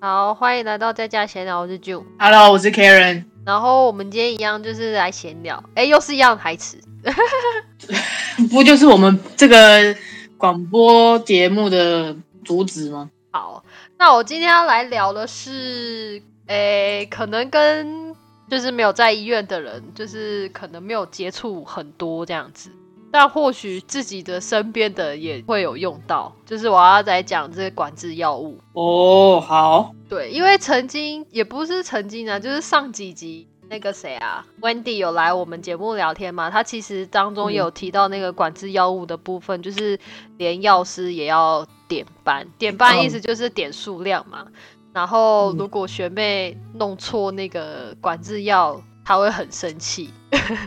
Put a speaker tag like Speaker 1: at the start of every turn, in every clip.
Speaker 1: 好，欢迎来到在家闲聊，我是 June。
Speaker 2: Hello，我是 Karen。
Speaker 1: 然后我们今天一样就是来闲聊，哎，又是一样的台词。
Speaker 2: 不就是我们这个广播节目的主旨吗？
Speaker 1: 好，那我今天要来聊的是，诶，可能跟就是没有在医院的人，就是可能没有接触很多这样子，但或许自己的身边的也会有用到。就是我要来讲这个管制药物，
Speaker 2: 哦、好，
Speaker 1: 对，因为曾经也不是曾经啊，就是上几集那个谁啊，Wendy 有来我们节目聊天嘛，他其实当中也
Speaker 2: 嗯
Speaker 1: 有提到那个管制药物的部分，就是连药师也要点班，点班
Speaker 2: 嗯
Speaker 1: 意思就是点数量嘛。然后
Speaker 2: 嗯
Speaker 1: 如果学妹弄错那个管制药，她会很生气。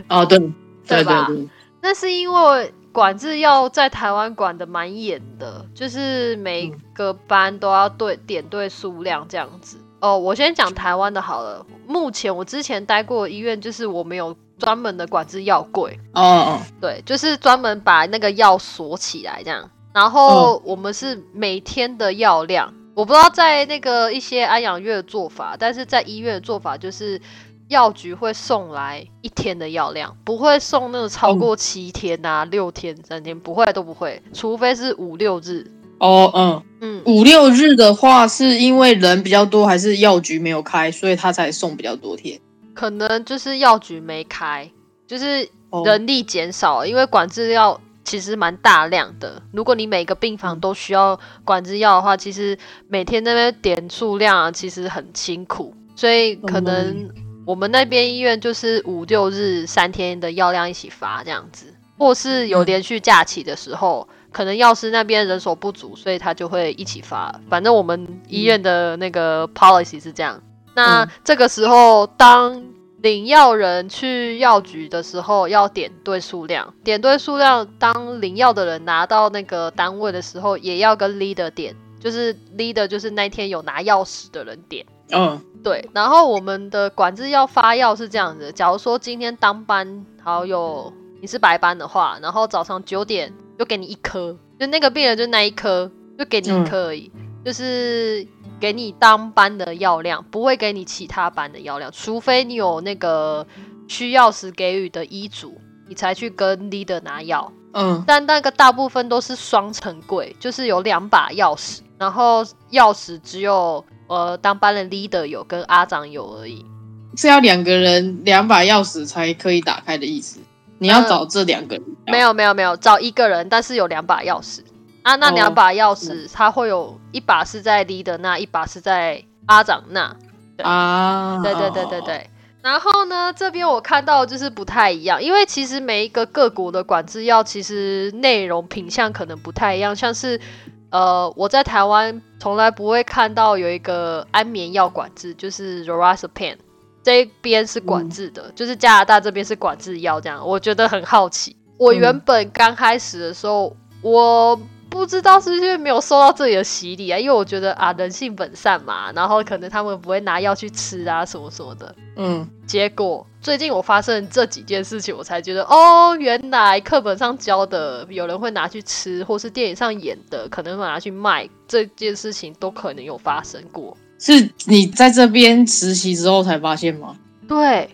Speaker 2: 哦，对，
Speaker 1: 对
Speaker 2: 对
Speaker 1: 吧
Speaker 2: 对对，
Speaker 1: 那是因为管制要在台湾管的蛮严的，就是每个班都要对点对数量这样子。哦，我先讲台湾的好了。目前我之前待过的医院，就是我们有专门的管制药柜，
Speaker 2: 哦哦，
Speaker 1: 对，就是专门把那个药锁起来这样。然后我们是每天的药量，我不知道在那个一些安养院的做法，但是在医院的做法就是药局会送来一天的药量，不会送那种超过七天啊、六天、三天，不会都不会，除非是五六日。
Speaker 2: 哦嗯，
Speaker 1: 嗯，
Speaker 2: 五六日的话，是因为人比较多，还是药局没有开，所以他才送比较多天？
Speaker 1: 可能就是药局没开，就是
Speaker 2: 哦
Speaker 1: 人力减少，因为管制药其实蛮大量的。如果你每个病
Speaker 2: 嗯
Speaker 1: 房都需要管制药的话，其实每天那边点数量啊，其实很辛苦，所以可能
Speaker 2: 哦
Speaker 1: 我们那边医院就是五六日三天的药量一起发这样子，或是有
Speaker 2: 嗯
Speaker 1: 连续假期的时候。可能药师那边人手不足，所以他就会一起发。反正我们医院的那个 policy 是这样。那、
Speaker 2: 嗯
Speaker 1: 这个时候，当领药人去药局的时候，要点对数量，点对数量。当领药的人拿到那个单位的时候，也要跟 leader 点，就是 leader 就是那天有拿钥匙的人点。
Speaker 2: 嗯
Speaker 1: 对，然后我们的管制药发药是这样子的：假如说今天当班好有你是白班的话，然后早上九点就给你一颗，就那个病人就那一颗，就给你一颗而已，就是给你当班的药量，不会给你其他班的药量，除非你有那个需要时给予的医嘱，你才去跟 leader 拿药。
Speaker 2: 嗯
Speaker 1: 但那个大部分都是双层柜，就是有两把钥匙，然后钥匙只有呃当班的 leader 有跟阿长有而已。
Speaker 2: 是要两个人两把钥匙才可以打开的意思。你要
Speaker 1: 嗯
Speaker 2: 找这两个人，
Speaker 1: 没有没有没有，找一个人，但是有两把钥匙啊。那
Speaker 2: 哦
Speaker 1: 两把钥匙，它会有一把是在 leader 那，一把是在阿长那。
Speaker 2: 啊？
Speaker 1: 对对对对，对。然后呢，这边我看到就是不太一样，因为其实每一个各国的管制药其实内容品相可能不太一样，像是呃，我在台湾从来不会看到有一个安眠药管制，就是 Lorazepam 这一边是管制的，就是加拿大这边是管制药这样，我觉得很好奇。我
Speaker 2: 嗯
Speaker 1: 原本刚开始的时候，我不知道是不是因为没有受到这里的洗礼啊，因为我觉得啊人性本善嘛，然后可能他们不会拿药去吃啊什么什么的。
Speaker 2: 嗯
Speaker 1: 结果最近我发生这几件事情，我才觉得哦，原来课本上教的有人会拿去吃，或是电影上演的可能会拿去卖，这件事情都可能有发生过。
Speaker 2: 是你在这边实习之后才发现吗？
Speaker 1: 对，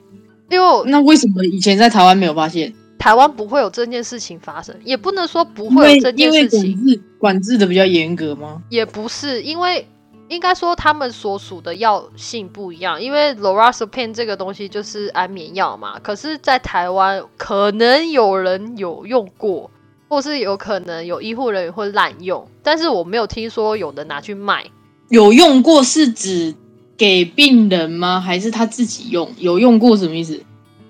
Speaker 1: 因为我
Speaker 2: 那为什么以前在台湾没有发现？
Speaker 1: 台湾不会有这件事情发生，也不能说不
Speaker 2: 因
Speaker 1: 会
Speaker 2: 为
Speaker 1: 有这件
Speaker 2: 因为
Speaker 1: 事
Speaker 2: 管
Speaker 1: 情。
Speaker 2: 制管制的比较严格吗？
Speaker 1: 也不是，因为应该说他们所属的药性不一样，因为 lorazepam 这个东西就是安眠药嘛。可是，在台湾可能有人有用过，或是有可能有医护人员会滥用，但是我没有听说有人拿去卖。
Speaker 2: 有用过是指给病人吗？还是他自己用？有用过什么意思？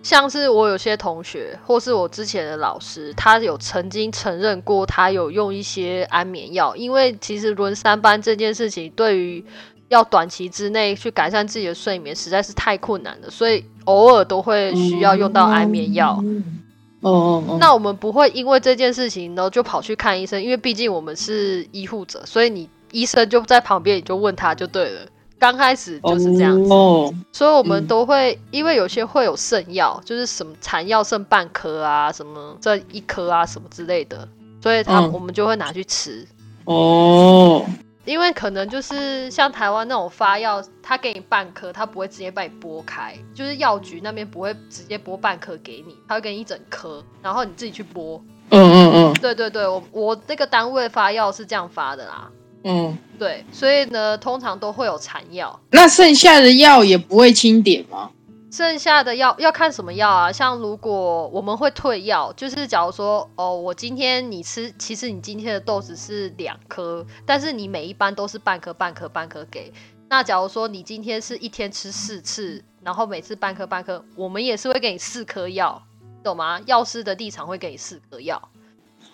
Speaker 1: 像是我有些同学，或是我之前的老师，他有曾经承认过，他有用一些安眠药，因为其实轮三班这件事情，对于要短期之内去改善自己的睡眠，实在是太困难了，所以偶尔都会需要用到安眠药。
Speaker 2: 嗯。哦哦哦，
Speaker 1: 那我们不会因为这件事情呢就跑去看医生，因为毕竟我们是医护者，所以你医生就在旁边，你就问他就对了。刚开始就是这样子。
Speaker 2: 哦，
Speaker 1: 所以我们
Speaker 2: 嗯
Speaker 1: 都会，因为有些会有剩药，就是什么残药剩半颗啊，什么这一颗啊，什么之类的，所以他、
Speaker 2: 嗯
Speaker 1: 我们就会拿去吃。
Speaker 2: 哦，
Speaker 1: 因为可能就是像台湾那种发药，他给你半颗，他不会直接把你剥开，就是药局那边不会直接剥半颗给你，他会给你一整颗，然后你自己去剥。
Speaker 2: 嗯嗯
Speaker 1: 对对对，我我那个单位发药是这样发的啦。
Speaker 2: 嗯嗯，
Speaker 1: 对，所以呢，通常都会有残药，
Speaker 2: 那剩下的药也不会清点吗？
Speaker 1: 剩下的药要看什么药啊？像如果我们会退药，就是假如说，哦，我今天你吃，其实你今天的豆子是两颗，但是你每一班都是半颗、半颗、半颗给。那假如说你今天是一天吃四次，然后每次半颗、半颗，我们也是会给你四颗药，懂吗？药师的立场会给你四颗药，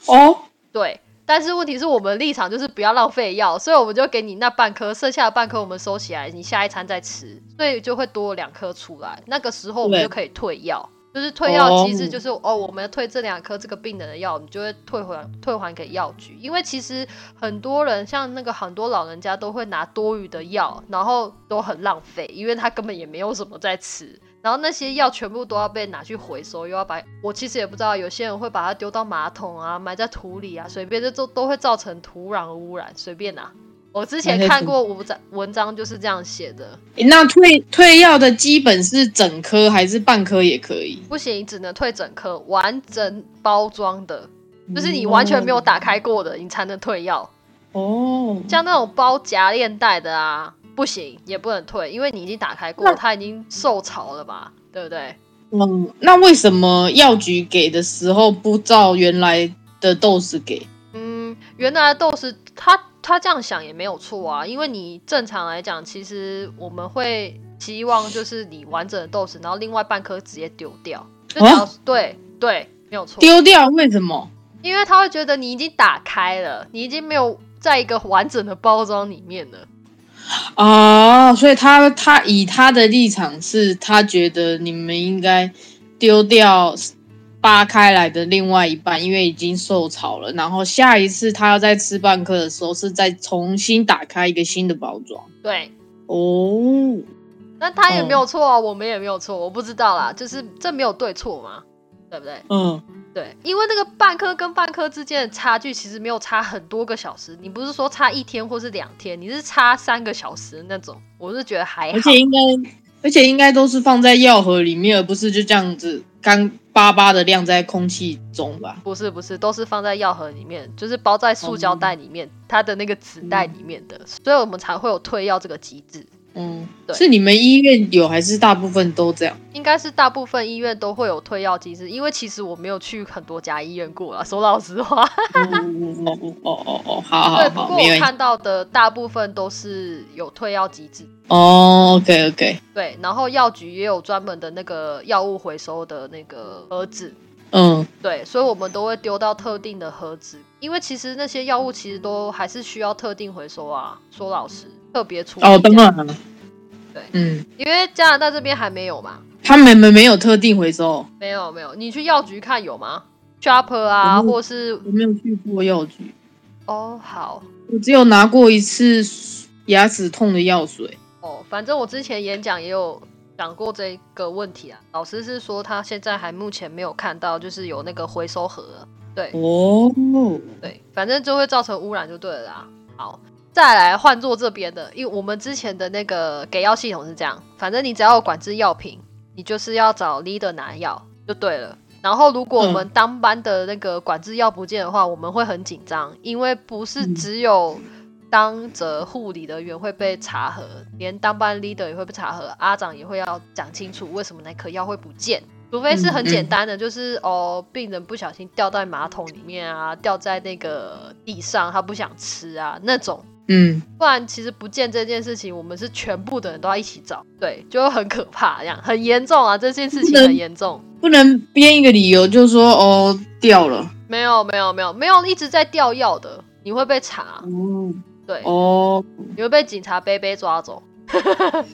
Speaker 2: 哦，
Speaker 1: 对。但是问题是我们立场就是不要浪费药，所以我们就给你那半颗，剩下的半颗我们收起来，你下一餐再吃，所以就会多两颗出来。那个时候我们
Speaker 2: 对
Speaker 1: 就可以退药，就是退药机制
Speaker 2: 哦
Speaker 1: 就是哦我们退这两颗这个病人的药，我们就会退还退还给药局。因为其实很多人像那个很多老人家都会拿多余的药，然后都很浪费，因为他根本也没有什么在吃。然后那些药全部都要被拿去回收，又要把我其实也不知道，有些人会把它丢到马桶啊，埋在土里啊，随便这都都会造成土壤污染，随便啊。我之前
Speaker 2: 埋在
Speaker 1: 看
Speaker 2: 土
Speaker 1: 过文章文章就是这样写的，
Speaker 2: 诶那退退药的基本是整颗还是半颗也可以？
Speaker 1: 不行，只能退整颗完整包装的，就是你完全没
Speaker 2: 嗯
Speaker 1: 有打开过的，你才能退药。
Speaker 2: 哦，
Speaker 1: 像那种包夹链袋的啊，不行，也不能退，因为你已经打开过，
Speaker 2: 那
Speaker 1: 它已经受潮了嘛，对不对？
Speaker 2: 嗯，那为什么药局给的时候不照原来的豆豉给？
Speaker 1: 嗯，原来豆是他他这样想也没有错啊，因为你正常来讲，其实我们会希望就是你完整的豆豉，然后另外半颗直接丢掉，就假如、对对，没有错，
Speaker 2: 丢掉为什么？
Speaker 1: 因为他会觉得你已经打开了，你已经没有在一个完整的包装里面了。
Speaker 2: 哦，所以他他以他的立场是，他觉得你们应该丢掉扒开来的另外一半，因为已经受潮了。然后下一次他要再吃半颗的时候，是再重新打开一个新的包装。
Speaker 1: 对，
Speaker 2: 哦，
Speaker 1: 那他也没有错啊，我们也没有错，我不知道啦，就是这没有对错嘛，对不对？
Speaker 2: 嗯，
Speaker 1: 对，因为那个半颗跟半颗之间的差距其实没有差很多个小时，你不是说差一天或是两天，你是差三个小时的那种，我是觉得还好
Speaker 2: 而。且应该，而且应该都是放在药盒里面，而不是就这样子干巴巴的晾在空气中吧？
Speaker 1: 不是不是，都是放在药盒里面，就是包在塑胶袋里
Speaker 2: 哦
Speaker 1: 面，它的那个纸袋里面的，所以我们才会有退药这个机制。
Speaker 2: 嗯，
Speaker 1: 对
Speaker 2: 是你们医院有还是大部分 都这样？
Speaker 1: 应该是大部分医院都会有退药机制，因为其实我没有去很多家医院过了，说老实话。
Speaker 2: 哦哦哦哦哦，好
Speaker 1: 对，
Speaker 2: 好
Speaker 1: 不
Speaker 2: 好，
Speaker 1: 过
Speaker 2: 没
Speaker 1: 我
Speaker 2: 问题。
Speaker 1: 看到的大部分都是有退药机制。
Speaker 2: 哦，OK OK，
Speaker 1: 对，然后药局也有专门的那个药物回收的那个盒子，
Speaker 2: 嗯
Speaker 1: 对，所以我们都会丢到特定的盒子，因为其实那些药物其实都还是需要特定回收啊。说老实，特别处理
Speaker 2: 哦，当然了，
Speaker 1: 对
Speaker 2: 嗯，
Speaker 1: 因为加拿大这边还没有嘛，
Speaker 2: 他们没没有特定回收，哦
Speaker 1: 没有没有，你去药局看有吗？Shopper 啊，
Speaker 2: 我没有
Speaker 1: 或是
Speaker 2: 我没有去过药局，
Speaker 1: 哦好
Speaker 2: 我只有拿过一次牙齿痛的药水。
Speaker 1: 哦，反正我之前演讲也有讲过这个问题啊。老师是说他现在还目前没有看到，就是有那个回收盒，啊对，
Speaker 2: 哦，
Speaker 1: 对，反正就会造成污染就对了啦。好，再来换做这边的，因为我们之前的那个给药系统是这样，反正你只要有管制药品，你就是要找 leader 拿药就对了。然后，如果我们当班的那个管制药不见的话，我们会很紧张，因为不是
Speaker 2: 嗯
Speaker 1: 只有当责护理的员会被查核，连当班 leader 也会被查核，阿长也会要讲清楚为什么那颗药会不见。除非是很简单的，就是哦，病人不小心掉在马桶里面啊，掉在那个地上，他不想吃啊那种。
Speaker 2: 嗯，
Speaker 1: 不然其实不见这件事情，我们是全部的人都要一起找，对，就会很可怕，这样很严重啊，这件事情很严重。
Speaker 2: 不能编一个理由就说哦掉了。
Speaker 1: 没有没有没有没有一直在掉药的，你会被查，
Speaker 2: 哦
Speaker 1: 对，
Speaker 2: 哦
Speaker 1: 你会被警察背背抓走。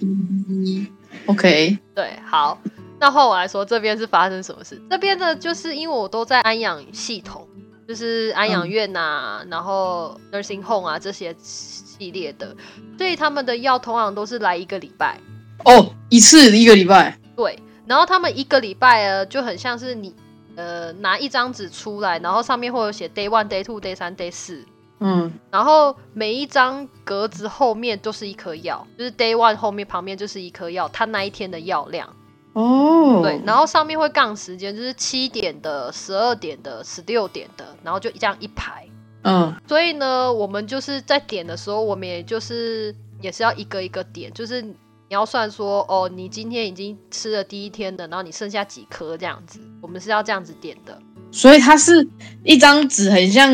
Speaker 2: 嗯，OK，
Speaker 1: 对，好，那换我来说，这边是发生什么事？这边的就是因为我都在安养系统，就是安养院呐、然后 nursing home 啊这些系列的，所以他们的药通常都是来一个礼拜，
Speaker 2: 哦，一次一个礼拜。
Speaker 1: 对，然后他们一个礼拜呃就很像是你呃拿一张纸出来，然后上面会有写 day one、day two、day 三、day 四。
Speaker 2: 嗯
Speaker 1: 然后每一张格子后面都是一颗药，就是 day one 后面旁边就是一颗药，它那一天的药量。
Speaker 2: 哦，
Speaker 1: 对，然后上面会杠时间，就是七点的、十二点的、十六点的，然后就这样一排。
Speaker 2: 嗯
Speaker 1: 所以呢，我们就是在点的时候，我们也就是也是要一个一个点，就是你要算说，哦，你今天已经吃了第一天的，然后你剩下几颗这样子，我们是要这样子点的。
Speaker 2: 所以它是一张纸，很像，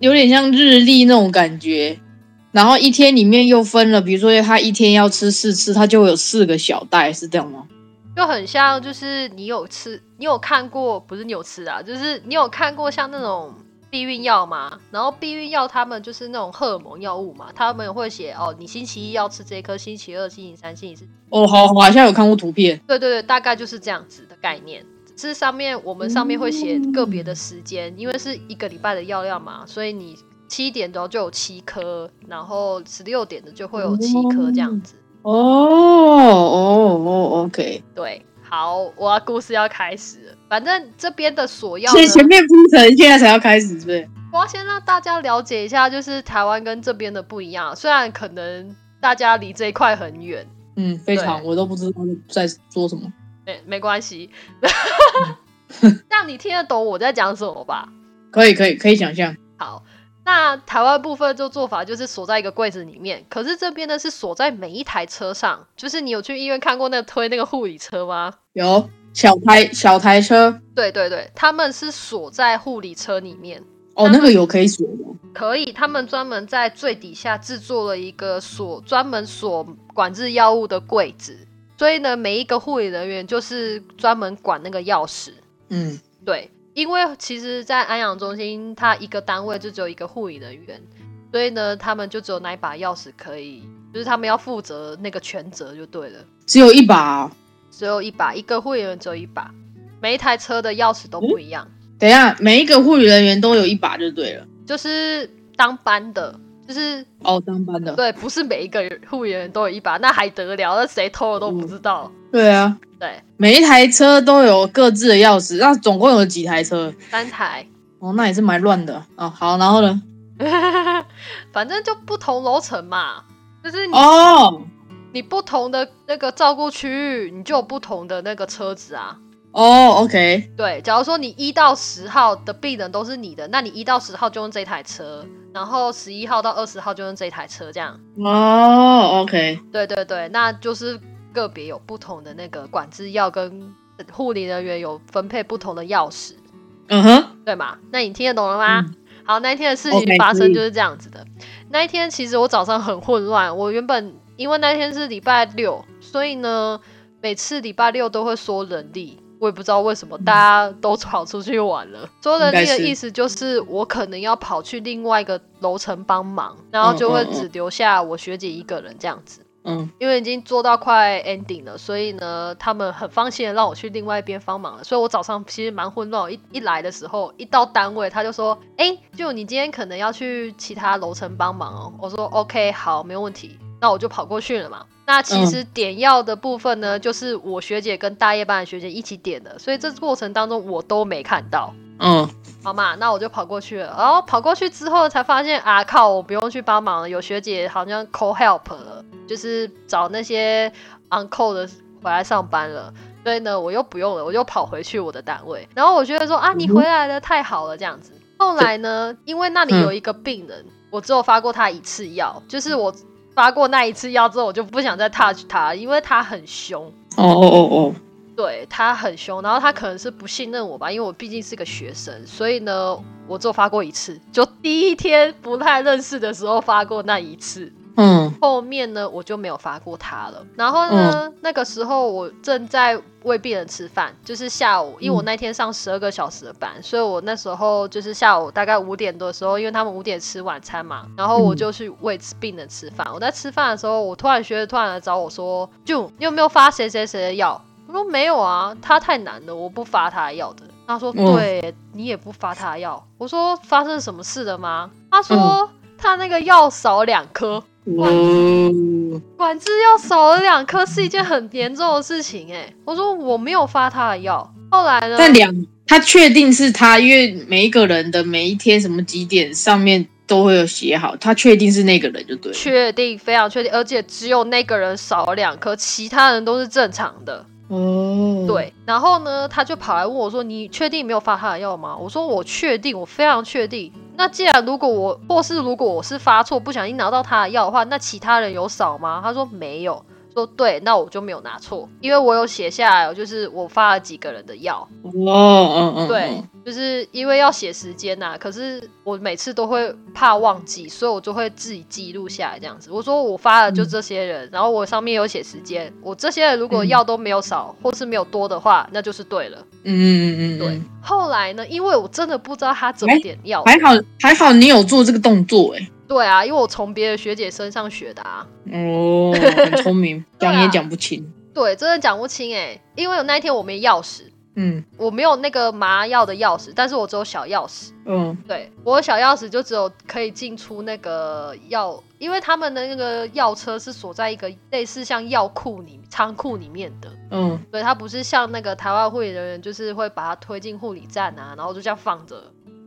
Speaker 2: 有点像日历那种感觉。然后一天里面又分了，比如说他一天要吃四次，他就会有四个小袋，是这样吗？
Speaker 1: 就很像，就是你有吃，你有看过，不是你有吃啊，就是你有看过像那种避孕药嘛？然后避孕药他们就是那种荷尔蒙药物嘛，他们会写哦，你星期一要吃这颗，星期二、星期三、星期四，
Speaker 2: 哦，好，我好像有看过图片。
Speaker 1: 对对对，大概就是这样子的概念。只是上面我们上面会写个别的时间，因为是一个礼拜的药量嘛，所以你七点的就有七颗，然后十六点的就会有七颗这样子。
Speaker 2: 哦哦哦，OK。
Speaker 1: 对，好，我要故事要开始了，反正这边的索要呢
Speaker 2: 所以前面铺陈，现在才要开始，是不是？
Speaker 1: 我要先让大家了解一下，就是台湾跟这边的不一样。虽然可能大家离这一块很远，
Speaker 2: 嗯，非常，
Speaker 1: 对
Speaker 2: 我都不知道在说什么。
Speaker 1: 没没关系，让你听得懂我在讲什么吧。
Speaker 2: 可以，可以，可以想象。
Speaker 1: 好，那台湾部分就做法就是锁在一个柜子里面，可是这边呢是锁在每一台车上。就是你有去医院看过那个推那个护理车吗？
Speaker 2: 有小台小台车，
Speaker 1: 对对对，他们是锁在护理车里面。
Speaker 2: 哦，那个有可以锁的。
Speaker 1: 可以，他们专门在最底下制作了一个锁专门锁管制药物的柜子，所以呢，每一个护理人员就是专门管那个钥匙。
Speaker 2: 嗯
Speaker 1: 对，因为其实，在安养中心，它一个单位就只有一个护理人员，所以呢，他们就只有那一把钥匙可以，就是他们要负责那个全责就对了，
Speaker 2: 只有一把哦、
Speaker 1: 只有一把，一个护理人员只有一把，每一台车的钥匙都不一样。
Speaker 2: 等一下，每一个护理人员都有一把就对了。
Speaker 1: 就是当班的，就是
Speaker 2: 哦，当班的。
Speaker 1: 对，不是每一个护理人员都有一把，那还得了？那谁偷了都不知道。
Speaker 2: 对啊，
Speaker 1: 对，
Speaker 2: 每一台车都有各自的钥匙，那总共有几台车？
Speaker 1: 三台，
Speaker 2: 哦，那也是蛮乱的哦。好，然后呢？
Speaker 1: 反正就不同楼层嘛，就是你、
Speaker 2: 哦
Speaker 1: 你不同的那个照顾区域，你就有不同的那个车子啊。
Speaker 2: 哦，OK，
Speaker 1: 对，假如说你一到十号的病人都是你的，那你一到十号就用这台车，然后十一号到二十号就用这台车，这样。
Speaker 2: 哦，OK，
Speaker 1: 对对对，那就是个别有不同的那个管制药跟护理人员有分配不同的钥匙。
Speaker 2: 嗯哼，
Speaker 1: 对嘛？那你听得懂了吗？
Speaker 2: 嗯
Speaker 1: 好，那一天的事
Speaker 2: OK，
Speaker 1: 情发
Speaker 2: 可
Speaker 1: 生
Speaker 2: 以
Speaker 1: 就是这样子的。那一天其实我早上很混乱，我原本因为那天是礼拜六，所以呢，每次礼拜六都会说人力。我也不知道为什么大家都跑出去玩 了。说人力
Speaker 2: 应该
Speaker 1: 的
Speaker 2: 是
Speaker 1: 意思就是我可能要跑去另外一个楼层帮忙，然后就会
Speaker 2: 嗯嗯嗯
Speaker 1: 只留下我学姐一个人这样子。
Speaker 2: 嗯
Speaker 1: 因为已经做到快 ending 了，所以呢，他们很放心的让我去另外一边帮忙了。所以我早上其实蛮混乱，我一一来的时候，一到单位他就说：“哎、就你今天可能要去其他楼层帮忙哦。”我说：“OK，好，没有问题。”那我就跑过去了嘛。那其实点药的部分呢，就是我学姐跟大夜班的学姐一起点的，所以这过程当中我都没看到。
Speaker 2: 嗯，
Speaker 1: 好嘛，那我就跑过去了。然后跑过去之后才发现啊，靠，我不用去帮忙了，有学姐好像 call help 了，就是找那些 on call 的回来上班了。所以呢，我又不用了，我又跑回去我的单位。然后我觉得说啊，你回来了，太好了，这样子。后来呢，因为那里有一个病人，我只有发过他一次药，就是我发过那一次药之后，我就不想再 touch 他，因为他很凶。
Speaker 2: 哦哦哦
Speaker 1: 对他很凶，然后他可能是不信任我吧，因为我毕竟是个学生，所以呢，我只有发过一次，就第一天不太认识的时候发过那一次，
Speaker 2: 哦，嗯
Speaker 1: 后面呢我就没有发过他了。然后呢，那个时候我正在喂病人吃饭，就是下午，因为我那天上十二个小时的班，所以我那时候就是下午大概五点多的时候，因为他们五点吃晚餐嘛，然后我
Speaker 2: 嗯
Speaker 1: 就去喂病人吃饭。我在吃饭的时候，我突然学姐突然来找我说：“就你有没有发谁谁谁的药？”我说：“没有啊，他太难了，我不发他的药的。”他说：“
Speaker 2: 嗯
Speaker 1: 对，你也不发他的药。”我说：“发生什么事了吗？”他说：“他那个药少两颗。”
Speaker 2: 哦，
Speaker 1: 管制药少了两颗是一件很严重的事情哎、我说我没有发他的药，后来呢？
Speaker 2: 但两他确定是他，因为每一个人的每一天什么几点上面都会有写好，他确定是那个人就对了。
Speaker 1: 确定，非常确定，而且只有那个人少了两颗，其他人都是正常的。
Speaker 2: 哦，，
Speaker 1: 对，然后呢，他就跑来问我说：“你确定没有发他的药吗？”我说：“我确定，我非常确定。那既然如果我或是如果我是发错，不小心拿到他的药的话，那其他人有少吗？”他说：“没有。”说：“对，那我就没有拿错，因为我有写下来，就是我发了几个人的药。
Speaker 2: 哦，嗯嗯，
Speaker 1: 对
Speaker 2: 嗯，
Speaker 1: 就是因为要写时间呐、可是我每次都会怕忘记，所以我就会自己记录下来这样子。我说我发了就这些人，然后我上面有写时间，我这些人如果
Speaker 2: 嗯
Speaker 1: 药都没有少、或是没有多的话，那就是对了。
Speaker 2: 嗯嗯嗯，
Speaker 1: 对，
Speaker 2: 嗯，
Speaker 1: 后来呢，因为我真的不知道他怎么点药，
Speaker 2: 还好还好你有做这个动作哎、
Speaker 1: 对啊，因为我从别的学姐身上学的啊。
Speaker 2: 哦，很聪明，
Speaker 1: 对啊
Speaker 2: 讲也讲不清。
Speaker 1: 对，真的讲不清哎、因为我那一天我没钥匙，
Speaker 2: 嗯
Speaker 1: 我没有那个麻药的钥匙，但是我只有小钥匙。
Speaker 2: 嗯
Speaker 1: 对我有小钥匙就只有可以进出那个药，因为他们的那个药车是锁在一个类似像药库里仓库里面的，
Speaker 2: 嗯
Speaker 1: 对，它不是像那个台湾护理人员就是会把它推进护理站啊，然后就这样放着。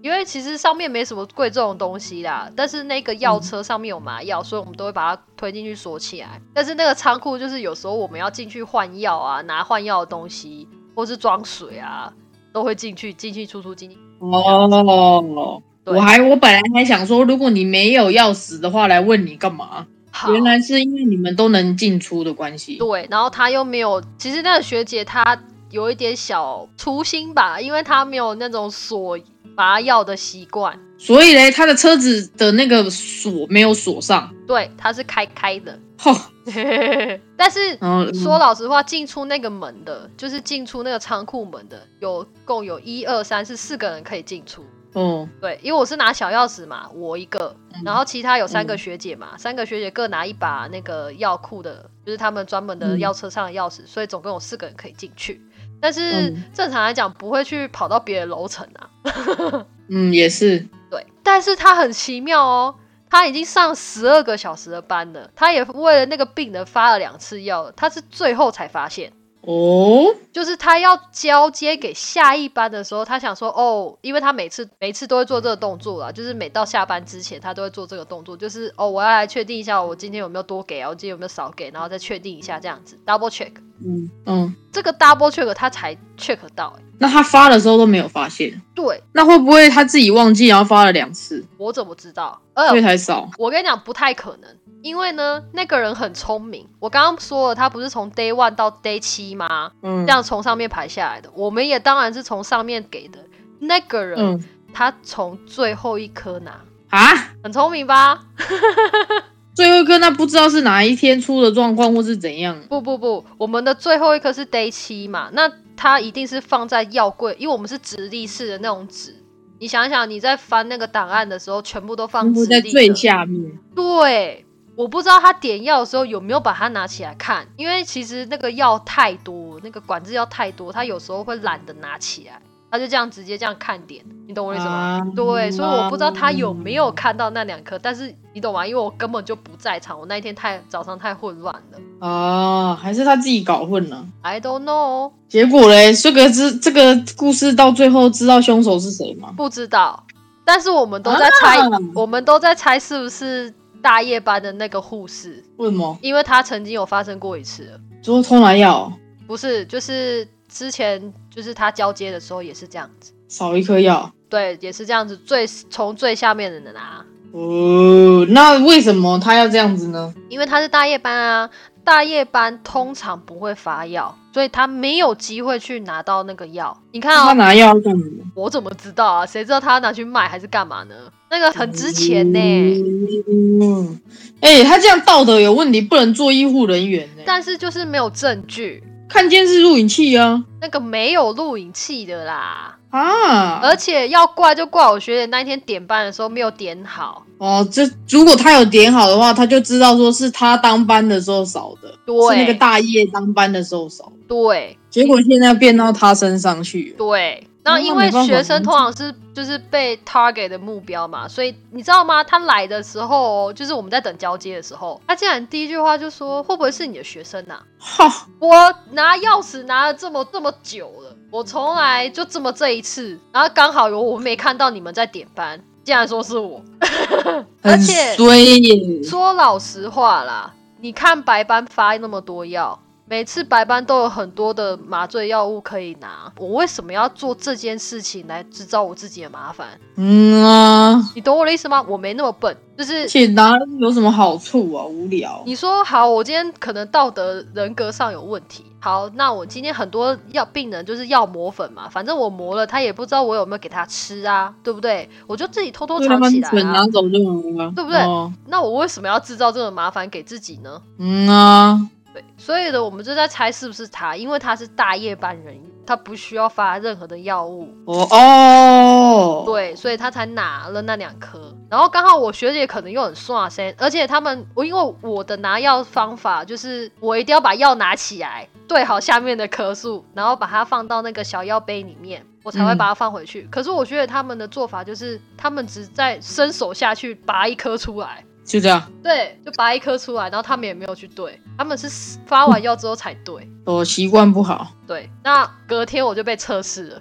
Speaker 1: 因为其实上面没什么贵重的东西啦，但是那个药车上面有麻药，所以我们都会把它推进去锁起来。但是那个仓库就是有时候我们要进去换药啊，拿换药的东西，或是装水啊，都会进去进进出出进进。
Speaker 2: 哦，
Speaker 1: 对
Speaker 2: 我还我本来还想说，如果你没有钥匙的话，来问你干嘛？
Speaker 1: 好
Speaker 2: 原来是因为你们都能进出的关系。
Speaker 1: 对，然后他又没有，其实那个学姐她有一点小粗心吧，因为她没有那种锁拔药的习惯，
Speaker 2: 所以嘞，他的车子的那个锁没有锁上。
Speaker 1: 对，她是开开的，
Speaker 2: 吼，
Speaker 1: 但是。
Speaker 2: 然后嗯
Speaker 1: 说老实话，进出那个门的，就是进出那个仓库门的，有共有一二三是四个人可以进出。
Speaker 2: 哦，
Speaker 1: 对，因为我是拿小钥匙嘛，我一个，
Speaker 2: 嗯
Speaker 1: 然后其他有三个学姐嘛，三个学姐各拿一把那个药库的，就是他们专门的
Speaker 2: 嗯
Speaker 1: 药车上的钥匙，所以总共有四个人可以进去。但是
Speaker 2: 嗯
Speaker 1: 正常来讲，不会去跑到别的楼层啊。
Speaker 2: 嗯，也是，
Speaker 1: 对，但是他很奇妙哦，他已经上十二个小时的班了，他也为了那个病人发了两次药了，他是最后才发现。
Speaker 2: 哦，
Speaker 1: 就是他要交接给下一班的时候，他想说哦，因为他每次每次都会做这个动作啦，就是每到下班之前，他都会做这个动作，就是哦，我要来确定一下我今天有没有多给啊，我今天有没有少给，然后再确定一下这样子，double check。
Speaker 2: 嗯嗯，
Speaker 1: 这个 double check 他才 check 到、欸，
Speaker 2: 那他发的时候都没有发现，
Speaker 1: 对
Speaker 2: 那会不会他自己忘记，然后发了两次，
Speaker 1: 我怎么知道？呃
Speaker 2: 所，以才少？
Speaker 1: 我跟你讲，不太可能，因为呢，那个人很聪明，我刚刚说了，他不是从 day one 到 day 七吗？
Speaker 2: 嗯，
Speaker 1: 这样从上面排下来的，我们也当然是从上面给的。那个人
Speaker 2: 嗯
Speaker 1: 他从最后一颗拿，
Speaker 2: 啊，
Speaker 1: 很聪明吧？
Speaker 2: 最后一个那不知道是哪一天出的状况或是怎样，
Speaker 1: 不不不，我们的最后一颗是 day 七嘛，那它一定是放在药柜，因为我们是直立式的那种纸。你想想，你在翻那个档案的时候，全部都放直
Speaker 2: 会
Speaker 1: 立的
Speaker 2: 在最下面。
Speaker 1: 对，我不知道他点药的时候有没有把它拿起来看，因为其实那个药太多，那个管制药太多，他有时候会懒得拿起来，他就这样直接这样看点，你懂我意思吗？
Speaker 2: 啊
Speaker 1: 对，所以我不知道他有没有看到那两颗，但是你懂吗？因为我根本就不在场，我那一天太早上太混乱了
Speaker 2: 啊，还是他自己搞混了。
Speaker 1: ，I don't know，
Speaker 2: 结果嘞，这个知这个故事到最后知道凶手是谁吗？
Speaker 1: 不知道。但是我们都在猜，
Speaker 2: 啊
Speaker 1: 我们都在猜是不是大夜班的那个护士，
Speaker 2: 为什么？
Speaker 1: 因为他曾经有发生过一次了。
Speaker 2: 最后偷拿药，
Speaker 1: 不是，就是之前就是他交接的时候也是这样子，
Speaker 2: 少一颗药。
Speaker 1: 对，也是这样子，最从最下面的人啊拿，
Speaker 2: 哦，那为什么他要这样子呢？
Speaker 1: 因为他是大夜班啊，大夜班通常不会发药，所以他没有机会去拿到那个药。你看
Speaker 2: 他
Speaker 1: 啊、
Speaker 2: 拿药要干嘛？
Speaker 1: 我怎么知道啊？谁知道他拿去卖还是干嘛呢？那个很值钱呢、
Speaker 2: 嗯，哎、他这样道德有问题，不能做医护人员呢、
Speaker 1: 但是就是没有证据，
Speaker 2: 看监视录影器啊
Speaker 1: 那个没有录影器的啦，
Speaker 2: 啊！
Speaker 1: 而且要怪就怪我学姐那一天点班的时候没有点好。
Speaker 2: 哦，这如果他有点好的话，他就知道说是他当班的时候少的，
Speaker 1: 对
Speaker 2: 是那个大夜当班的时候少的。
Speaker 1: 对，
Speaker 2: 结果现在变到他身上去了。
Speaker 1: 对，然后因为学生通常是就是被 target 的目标嘛，所以你知道吗？他来的时候哦，就是我们在等交接的时候，他竟然第一句话就说：“会不会是你的学生呐、
Speaker 2: 哈，
Speaker 1: 我拿钥匙拿了这么这么久了，我从来就这么这一次，然后刚好有我没看到你们在点班。竟然说是我， 而
Speaker 2: 很
Speaker 1: 且
Speaker 2: 衰耶。
Speaker 1: 说老实话啦，你看白班发那么多药，每次白班都有很多的麻醉药物可以拿，我为什么要做这件事情来制造我自己的麻烦？
Speaker 2: 嗯啊，
Speaker 1: 你懂我的意思吗？我没那么笨，就是
Speaker 2: 而且拿有什么好处啊？无聊。
Speaker 1: 你说好，我今天可能道德人格上有问题。好，那我今天很多药病人就是药磨粉嘛，反正我磨了，他也不知道我有没有给他吃啊，对不对？我就自己偷偷
Speaker 2: 对他
Speaker 1: 藏
Speaker 2: 们
Speaker 1: 起来
Speaker 2: 准
Speaker 1: 啊
Speaker 2: 拿。走就无了，
Speaker 1: 对不对
Speaker 2: 哦
Speaker 1: 那我为什么要制造这种麻烦给自己呢？
Speaker 2: 嗯啊，
Speaker 1: 对，所以呢，我们就在猜是不是他，因为他是大夜班人，他不需要发任何的药物，
Speaker 2: 哦哦，
Speaker 1: 对，所以他才拿了那两颗。然后刚好我学姐可能又很耍身，而且他们我因为我的拿药方法就是我一定要把药拿起来，对好下面的颗数，然后把它放到那个小药杯里面，我才会
Speaker 2: 嗯
Speaker 1: 把它放回去。可是我学姐他们的做法就是，他们只在伸手下去拔一颗出来。
Speaker 2: 就这样，
Speaker 1: 对，就拔一颗出来，然后他们也没有去对，他们是发完药之后才对。
Speaker 2: 我习惯不好。
Speaker 1: 对，那隔天我就被测试了，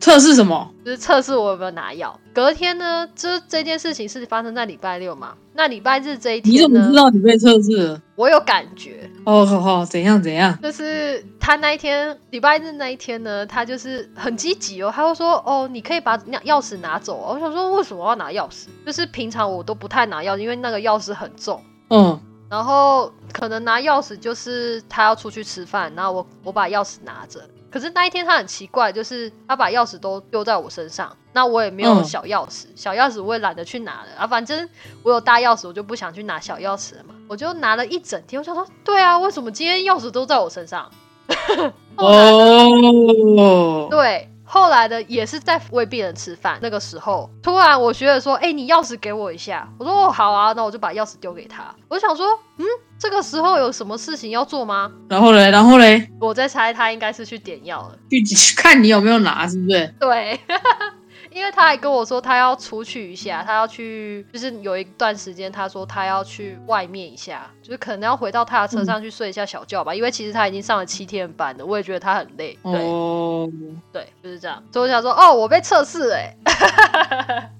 Speaker 2: 测试什么？
Speaker 1: 就是测试我有没有拿药。隔天呢，这这件事情是发生在礼拜六嘛？那礼拜日这一
Speaker 2: 你
Speaker 1: 天
Speaker 2: 怎么知
Speaker 1: 呢，
Speaker 2: 道你被测试了？
Speaker 1: 我有感觉，
Speaker 2: 哦，好好，怎样怎样？
Speaker 1: 就是他那一天礼拜日那一天呢，他就是很积极哦，他会说哦，你可以把那钥匙拿走哦。我想说为什么我要拿钥匙？就是平常我都不太拿钥匙，因为那个钥匙很重。
Speaker 2: 嗯，
Speaker 1: 然后可能拿钥匙就是他要出去吃饭，然后我我把钥匙拿着。可是那一天他很奇怪，就是他把钥匙都丢在我身上，那我也没有
Speaker 2: 嗯
Speaker 1: 小钥匙，小钥匙我也懒得去拿了啊。反正我有大钥匙，我就不想去拿小钥匙了嘛。我就拿了一整天，我想说，对啊，为什么今天钥匙都在我身上？后来
Speaker 2: 哦，
Speaker 1: 对，后来的也是在喂病人吃饭那个时候，突然我学姐说：“哎、你钥匙给我一下。”我说：“哦，好啊。”那我就把钥匙丢给他。我就想说，嗯，这个时候有什么事情要做吗？
Speaker 2: 然后嘞，然后嘞，
Speaker 1: 我在猜他应该是去点药了。
Speaker 2: 去 看你有没有拿，是不是？
Speaker 1: 对。 因为他还跟我说他要出去一下，他要去，就是有一段时间，他说他要去外面一下，就是可能要回到他的车上去睡一下小觉吧。因为其实他已经上了七天班了，我也觉得他很累。对、
Speaker 2: 哦，
Speaker 1: 对，就是这样。所以我想说，哦，我被测试哎、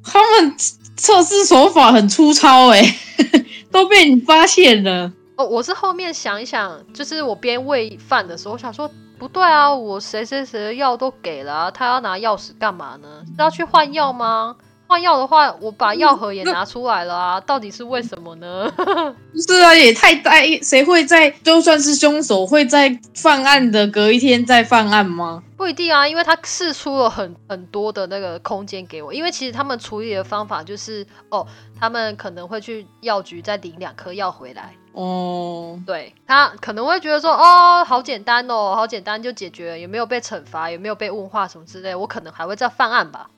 Speaker 2: 他们测试手法很粗糙哎、 都被你发现了。
Speaker 1: 哦，我是后面想一想，就是我边喂饭的时候，我想说不对啊，我谁谁谁的药都给了、啊，他要拿钥匙干嘛呢？是要去换药吗？换药的话，我把药盒也拿出来了啊，到底是为什么呢？
Speaker 2: 不是啊，也太呆，谁会在就算是凶手会在犯案的隔一天再犯案吗？
Speaker 1: 不一定啊，因为他试出了很很多的那个空间给我，因为其实他们处理的方法就是，哦，他们可能会去药局再领两颗药回来，
Speaker 2: 哦，
Speaker 1: 对他可能会觉得说，哦，好简单哦，好简单就解决了，也没有被惩罚，也没有被问话什么之类，我可能还会再犯案吧，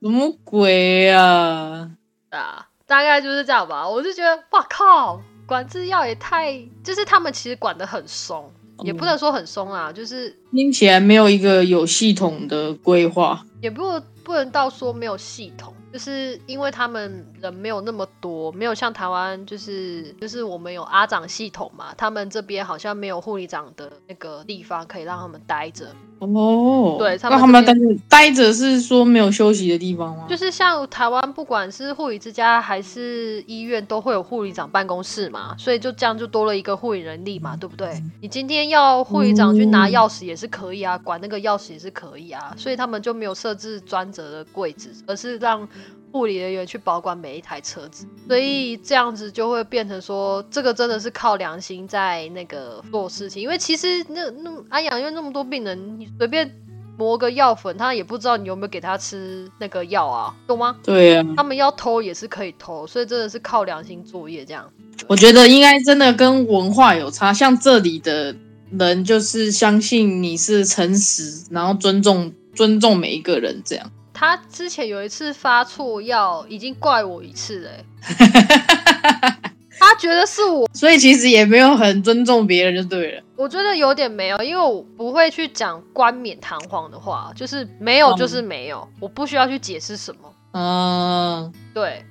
Speaker 2: 什么鬼啊？
Speaker 1: 啊，大概就是这样吧。我就觉得，哇靠，管制药也太，就是他们其实管得很松，也不能说很松啊，就是
Speaker 2: 听起来没有一个有系统的规划。
Speaker 1: 也不不能到说没有系统。就是因为他们人没有那么多，没有像台湾，就是就是我们有阿长系统嘛，他们这边好像没有护理长的那个地方可以让他们待着，
Speaker 2: 哦，
Speaker 1: 对他们
Speaker 2: 那他们
Speaker 1: 这
Speaker 2: 待着待着是说没有休息的地方吗？
Speaker 1: 就是像台湾，不管是护理之家还是医院，都会有护理长办公室嘛，所以就这样就多了一个护理人力嘛，对不对？你今天要护理长去拿钥匙也是可以啊，管那个钥匙也是可以啊，所以他们就没有设置专责的柜子，而是让护理人员去保管每一台车子，所以这样子就会变成说，这个真的是靠良心在那个做事情，因为其实那那安养院那么多病人，你随便磨个药粉，他也不知道你有没有给他吃那个药啊，懂吗？
Speaker 2: 对呀、
Speaker 1: 他们要偷也是可以偷，所以真的是靠良心作业这样。
Speaker 2: 我觉得应该真的跟文化有差，像这里的人就是相信你是诚实，然后尊重尊重每一个人这样。
Speaker 1: 他之前有一次发错药，已经怪我一次了欸、欸他觉得是我，
Speaker 2: 所以其实也没有很尊重别人就对了。
Speaker 1: 我觉得有点没有，因为我不会去讲冠冕堂皇的话，就是没有就是没有，我不需要去解释什么。
Speaker 2: 嗯，
Speaker 1: 对，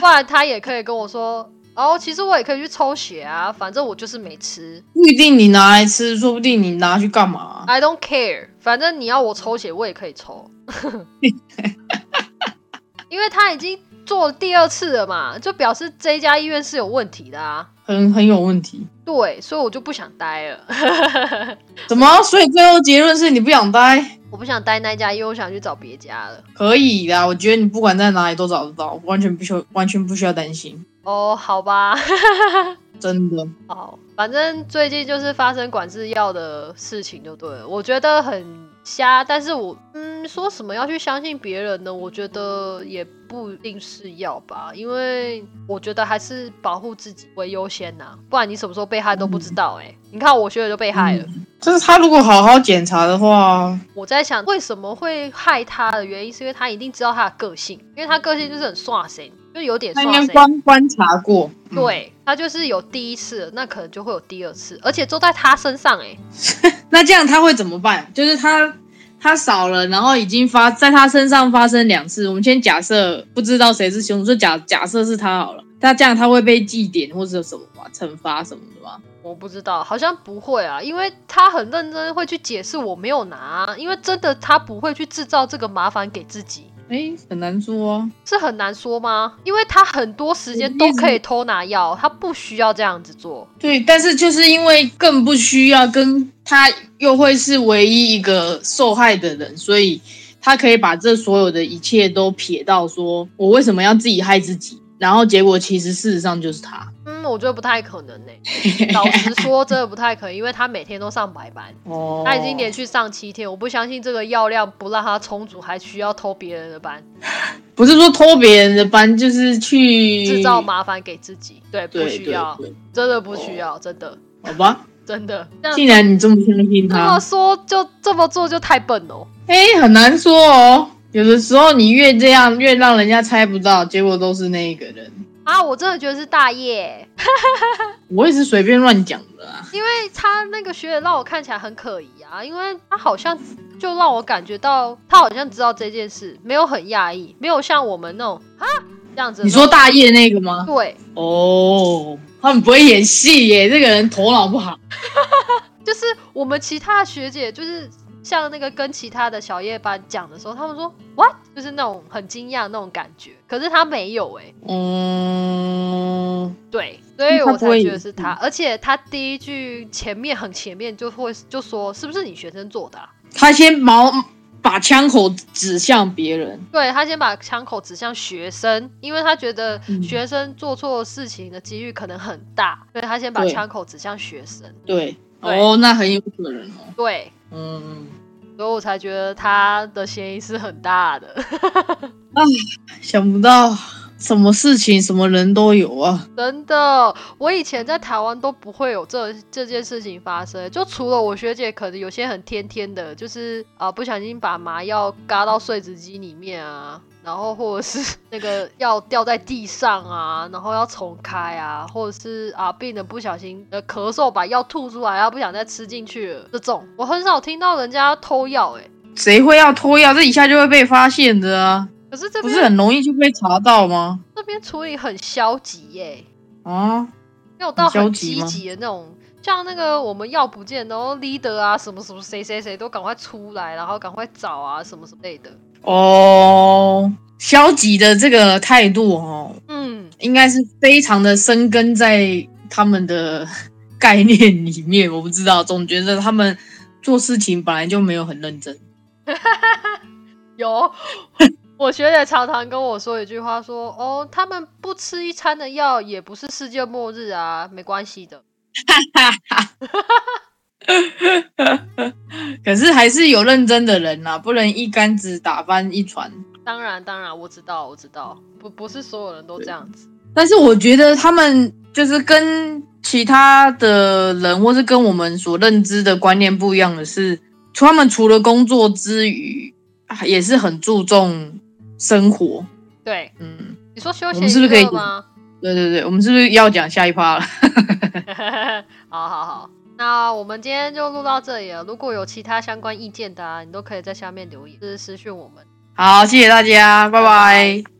Speaker 1: 不然他也可以跟我说，哦，其实我也可以去抽血啊，反正我就是没吃
Speaker 2: 不一定你拿来吃，说不定你拿去干嘛？
Speaker 1: ，I don't care，反正你要我抽血我也可以抽。因为他已经做了第二次了嘛，就表示这一家医院是有问题的啊。
Speaker 2: 很很有问题。
Speaker 1: 对，所以我就不想待了，
Speaker 2: 怎么？所以最后结论是你不想待？
Speaker 1: 我不想待那家医院，我想去找别家了。
Speaker 2: 可以的，我觉得你不管在哪里都找得到，完全不需要，完全不需要担心，
Speaker 1: 哦，好吧，
Speaker 2: 真的。
Speaker 1: 好，反正最近就是发生管制药的事情就对了，我觉得很瞎，但是我嗯，说什么要去相信别人呢？我觉得也不一定是要吧，因为我觉得还是保护自己为优先呐、不然你什么时候被害都不知道哎、
Speaker 2: 嗯
Speaker 1: 你看我学姐就被害了，
Speaker 2: 就是他如果好好检查的话，
Speaker 1: 我在想为什么会害他的原因，是因为他一定知道他的个性，因为他个性就是很耍神，就有点
Speaker 2: 他
Speaker 1: 耍
Speaker 2: 应该
Speaker 1: 神。
Speaker 2: 观观察过。嗯，
Speaker 1: 对他就是有第一次，那可能就会有第二次，而且都在他身上哎、
Speaker 2: 那这样他会怎么办？就是他他少了，然后已经发在他身上发生两次。我们先假设不知道谁是凶手，就假假设是他好了。那这样他会被记点或者什么吗？惩罚什么的吗？
Speaker 1: 我不知道，好像不会啊，因为他很认真会去解释我没有拿啊，因为真的他不会去制造这个麻烦给自己，
Speaker 2: 哎，很难说啊。
Speaker 1: 是很难说吗？因为他很多时间都可以偷拿药，他不需要这样子做。
Speaker 2: 对，但是就是因为更不需要，跟他又会是唯一一个受害的人，所以他可以把这所有的一切都撇到说，我为什么要自己害自己？然后结果其实事实上就是他。
Speaker 1: 嗯，我觉得不太可能 呢、老实说，真的不太可能，因为他每天都上白班，
Speaker 2: 哦
Speaker 1: 他已经连续上七天，我不相信这个药量不让他充足，还需要偷别人的班，
Speaker 2: 不是说偷别人的班，就是去
Speaker 1: 制造？麻烦给自己。对，不
Speaker 2: 对
Speaker 1: 需
Speaker 2: 对
Speaker 1: 要，
Speaker 2: 对，
Speaker 1: 真的不需要，真的
Speaker 2: 好吧。
Speaker 1: 真的。这样
Speaker 2: 既然你这么相信
Speaker 1: 这么
Speaker 2: 他，
Speaker 1: 说就这么做就太笨了哦。
Speaker 2: 哎，很难说哦。有的时候你越这样，越让人家猜不到，结果都是那一个人。
Speaker 1: 啊，我真的觉得是大业，
Speaker 2: 我也是随便乱讲的啊。
Speaker 1: 因为他那个学姐让我看起来很可疑啊，因为他好像就让我感觉到他好像知道这件事，没有很讶异，没有像我们那种啊这样子。
Speaker 2: 你说大业那个吗？
Speaker 1: 对，
Speaker 2: 哦，他们不会演戏耶，这个人头脑不好。
Speaker 1: 就是我们其他的学姐，就是像那个跟其他的小夜班讲的时候，他们说 what，就是那种很惊讶的那种感觉，可是他没有哎、
Speaker 2: 嗯，
Speaker 1: 对，所以
Speaker 2: 他
Speaker 1: 我
Speaker 2: 不
Speaker 1: 才
Speaker 2: 会嗯
Speaker 1: 觉得是他，而且他第一句前面很前面就会就说是不是你学生做的、啊？
Speaker 2: 他先毛把枪口指向别人，
Speaker 1: 对他先把枪口指向学生，因为他觉得
Speaker 2: 嗯
Speaker 1: 学生做错事情的几率可能很大，所以他先把
Speaker 2: 对
Speaker 1: 枪口指向学生。
Speaker 2: 对，
Speaker 1: 对
Speaker 2: 哦，那很有可能哦。
Speaker 1: 对，
Speaker 2: 嗯，
Speaker 1: 所以我才觉得他的嫌疑是很大的，
Speaker 2: 想不到什么事情什么人都有啊。
Speaker 1: 真的。我以前在台湾都不会有这这件事情发生，欸就除了我学姐，可能有些很天天的，就是啊、不小心把麻药嘎到碎纸机里面啊。然后或者是 那个药掉在地上啊，然后要重开啊，或者是啊病人不小心呃咳嗽把药吐出来，然后不想再吃进去了这种，我很少听到人家偷药哎、欸
Speaker 2: 谁会要偷药？这一下就会被发现的啊，
Speaker 1: 可是这
Speaker 2: 不是
Speaker 1: 边
Speaker 2: 很容易就被查到吗？
Speaker 1: 这边处理很消极欸耶、
Speaker 2: 啊，
Speaker 1: 没有到
Speaker 2: 很消
Speaker 1: 很
Speaker 2: 极
Speaker 1: 积
Speaker 2: 吗
Speaker 1: 极的那种。像那个我们药不见，然后 leader 啊什么什么谁谁谁都赶快出来，然后赶快找啊什么什么类的。
Speaker 2: 哦，消极的这个态度哦，
Speaker 1: 嗯，
Speaker 2: 应该是非常的生根在他们的概念里面。我不知道，总觉得他们做事情本来就没有很认真。
Speaker 1: 有，我学姐常常跟我说一句话说哦，他们不吃一餐的药也不是世界末日啊，没关系的。
Speaker 2: 可是还是有认真的人啦、不能一竿子打翻一船。
Speaker 1: 当然，当然，我知道，我知道，不不是所有人都这样子。
Speaker 2: 但是我觉得他们就是跟其他的人，或是跟我们所认知的观念不一样的是，除他们除了工作之余，啊也是很注重生活。
Speaker 1: 对，
Speaker 2: 嗯，
Speaker 1: 你说休
Speaker 2: 我
Speaker 1: 闲
Speaker 2: 们是不
Speaker 1: 娱
Speaker 2: 是可以
Speaker 1: 乐吗？
Speaker 2: 对对对，我们是不是要讲下一趴了？
Speaker 1: 好好好，那我们今天就录到这里了。如果有其他相关意见的、啊，你都可以在下面留言，就是私讯我们。
Speaker 2: 好，谢谢大家，拜拜